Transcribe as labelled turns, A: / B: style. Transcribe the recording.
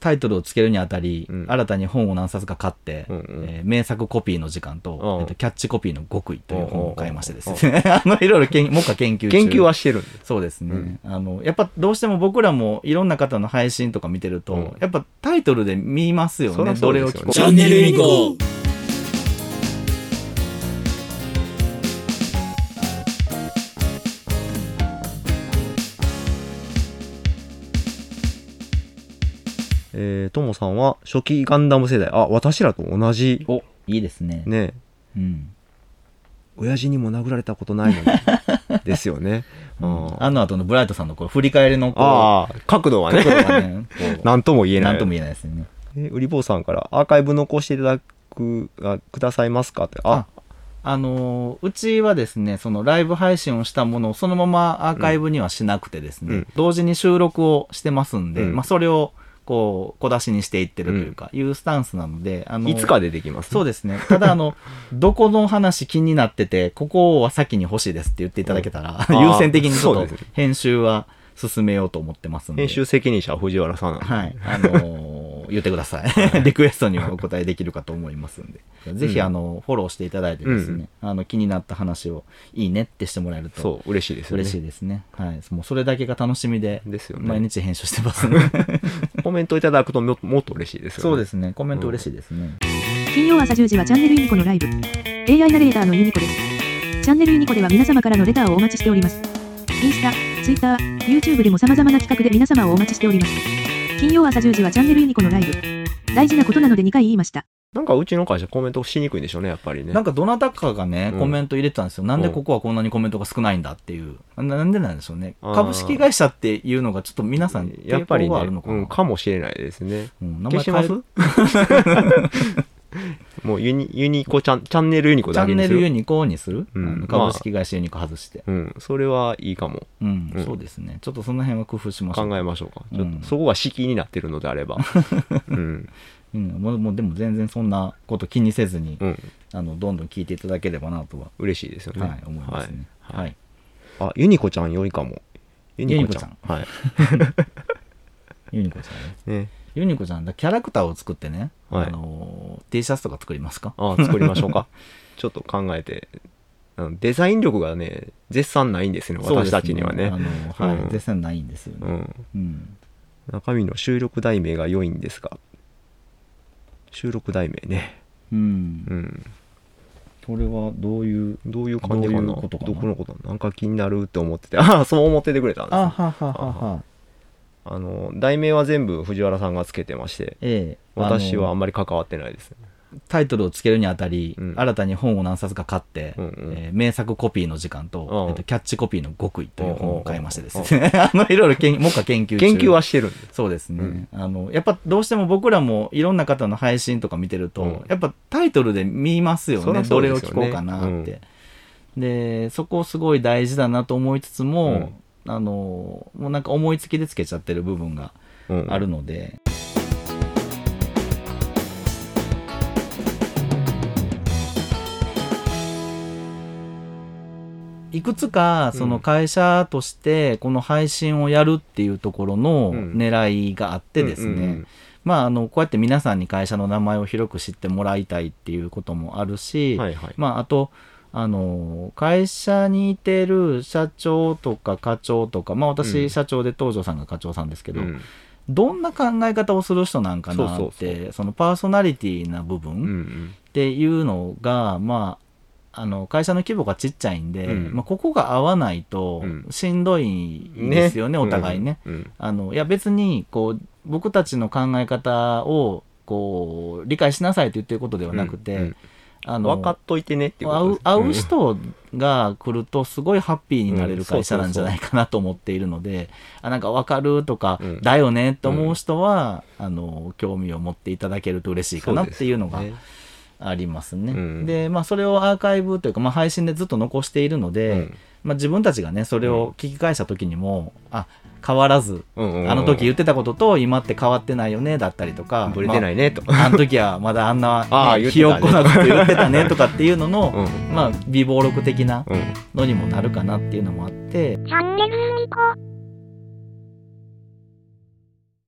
A: タイトルをつけるにあたり、
B: うん
A: 新たに本を何冊か買って、
B: うんうん
A: えー名作コピーの時間と、
B: うん
A: えっと、キャッチコピーの極意という本を買いましてですね。 あの、いろいろ研、もっか研究中。
B: 研究はしてるんです。
A: そうですね、
B: うん
A: あのやっぱどうしても僕らもいろんな方の配信とか見てると、
B: うん
A: やっぱタイトルで見ますよ
B: そり
A: ね
B: ゃそ
A: ど
B: う
A: れ
B: で
A: を聞
B: すよ
A: こ
B: ね
A: う
C: チャンネルにこう
B: えー、ともさんは初期ガンダム世代。あ、私らと同じ。
A: おいいですね
B: ね
A: うん、
B: 親父にも殴られたことないのに。 ですよね。うん、
A: あの後のブライトさんのこう振り返りのこ
B: ああ、角度は
A: う
B: ね
A: こ。とが ねこう
B: なんとも言えない。
A: なんとも言えないですよね
B: えウリボーさんからアーカイブ残していただくあくださいますかってあ
A: あのーうちはですねそのライブ配信をしたものをそのままアーカイブにはしなくてですね、
B: うん
A: 同時に収録をしてますんで、
B: うん
A: まあ、それをこう小出しにしていってるというか、いうスタンスなので、あのー
B: いつか出てきます、
A: そう
B: で
A: ですね。ただ、あ の、どこの話気になってて、ここは先に欲しいですって言っていただけたら、
B: うん
A: 優先的にちょ
B: そ
A: っ
B: う
A: と
B: ですね
A: 編集は進めようと思ってますんで。
B: 編集責任者は藤原さんなんで
A: はい。あ のー言ってください。リクエストにはお答えできるかと思いますんで。 ぜひ、あの、フォローしていただいてですね、あの、気になった話をいいねってしてもらえると
B: そう嬉しいですよね
A: 嬉しいですね。はい。もうそれだけが楽しみで、
B: ですよね
A: 毎日編集してますんで。
B: コメントいただくとももっと嬉しいですよね
A: そうですね。コメント嬉しいですね。
D: 金曜朝10時はチャンネルユニコのライブ AI ナレーターのユニコですチャンネルユニコでは皆様からのレターをお待ちしておりますインスタ、ツイッター、YouTube でも様々な企画で皆様をお待ちしております金曜朝10時はチャンネルユニコのライブ大事なことなので2回言いました
B: なんかうちの会社コメントしにくいんでしょうねやっぱりね
A: なんかどなたかがね
B: う、ん
A: コメント入れてたんですよ。なんでここはこんなにコメントが少ないんだっていう。ななんでなんでしょうね。
B: あー
A: 株式会社っていうのがちょっと皆さん、
B: やっぱり
A: 抵抗
B: ね
A: があるのか
B: う
A: な。
B: ん、かもしれないですね
A: うん名
B: 消し
A: 変え
B: ます もうユニユニコチャンチャンネルユニコ
A: チ
B: だ
A: ャ
B: け
A: ン
B: に
A: ネ
B: す
A: ルユ
B: る
A: ニコーンにする、
B: うん
A: あの
B: まあ
A: 株式会社ユニコ外して。
B: うんそれはいいかも
A: うん、
B: うん
A: そうですね。ちょっとその辺は工夫しましょう。
B: 考えましょうか、
A: うん
B: ちょっとそこが敷居になってるのであ ればうん
A: うん、もうもうでも全然そんなこと気にせずに、
B: うん
A: あのどんどん聞いていただければなとは、
B: 嬉しいですよね
A: はい、思いますね。
B: はい
A: はい。
B: あ、ユニコちゃんよりかも。ユはい。
A: ユニコちゃんね。
B: ね。
A: ユニコちゃん、だキャラクターを作ってね、
B: はい
A: あのー T シャツとか作りますか
B: あ、作りましょ うか。ちょっと考えて。あのデザイン力がね、絶賛ないんですね、
A: そうで
B: 私
A: す
B: たちにはね。
A: あの、はい、
B: うん
A: 絶賛ないんですよ
B: う
A: ね。
B: ん。
A: うん。
B: 中身の収録題名が良いんですが。収録題名ね。
A: うん。
B: うん。
A: これはどういう。
B: どういう感じかな。
A: どういうことかな
B: どこのことなんか気になるって思って て。ああ、そう思っててくれたんですね、
A: ははは。
B: あの、題名は全部藤原さんがつけてまして、
A: ええ。
B: 私はあ
A: あの
B: んまり関わってないですね。
A: タイトルをつけるにあたり、
B: うん
A: 新たに本を何冊か買って、
B: うんうん
A: えー名作コピーの時間と、
B: うん
A: えっと、キャッチコピーの極意という本を買いましてですね。 あの、いろいろ研、もっか研究中。
B: 研究はしてるんです。
A: そうですね、あのやっぱどうしても僕らもいろんな方の配信とか見てると、
B: うん
A: やっぱタイトルで見ますよ
B: そり
A: ね
B: ゃそ
A: ど
B: う
A: れ
B: で
A: を
B: すよね
A: 聞こうかなって、でそこすごい大事だなと思いつつも、あのもうなんか思いつきでつけちゃってる部分が
B: うん
A: あるので、いくつかその会社としてこの配信をやるっていうところの
B: うん
A: 狙いがあってですね、
B: うんうんうん
A: まああのこうやって皆さんに会社の名前を広く知ってもらいたいっていうこともあるし、
B: はいはい。
A: まあ、あと、あの会社にいてる社長とか課長とか、まあ、
B: う
A: 私
B: ん
A: 社長で東條さんが課長さんですけど、
B: うん
A: どんな考え方をする人なんかなって
B: そうそう
A: そのパーソナリティな部
B: うんう
A: 分
B: ん
A: っていうのが、まあ、あの会社の規模がちっちゃいんで、
B: うん
A: まあ、ここが合わないと
B: うん
A: しんどいですよね、お互いね。。
B: うんうん
A: あのいや別にこう僕たちの考え方をこう理解しなさいと言ってることではなくて、
B: うんうん
A: あの
B: 分かっといてねっていう
A: 会
B: こ
A: う
B: と
A: 会う
B: です
A: 人が来るとすごいハッピーになれる会社なんじゃないかなと思っているので、あなんか分かるとか、
B: うん
A: だよねって思う人は、あの興味を持っていただけると嬉しいかなっていうのが
B: そうです
A: ありますね。で
B: うん
A: まあそれをアーカイブというか、まあ、配信でずっと残しているので、
B: うん
A: まあ、自分たちがねそれを聞き返した時にも、あ変わらず
B: うんうんうん
A: あの時言ってたことと今って変わってないよねだったりとか。
B: ぶれて
A: まあ
B: ないねと
A: あの時はまだあんな、
B: ああ
A: ね
B: 言って
A: ひ
B: た
A: よ
B: ね
A: っこなこと言ってたねとかっていうのの、
B: うん
A: まあ、微暴録的な
B: うん
A: のにもなるかなっていうのもあって、
E: チャンネルユニコ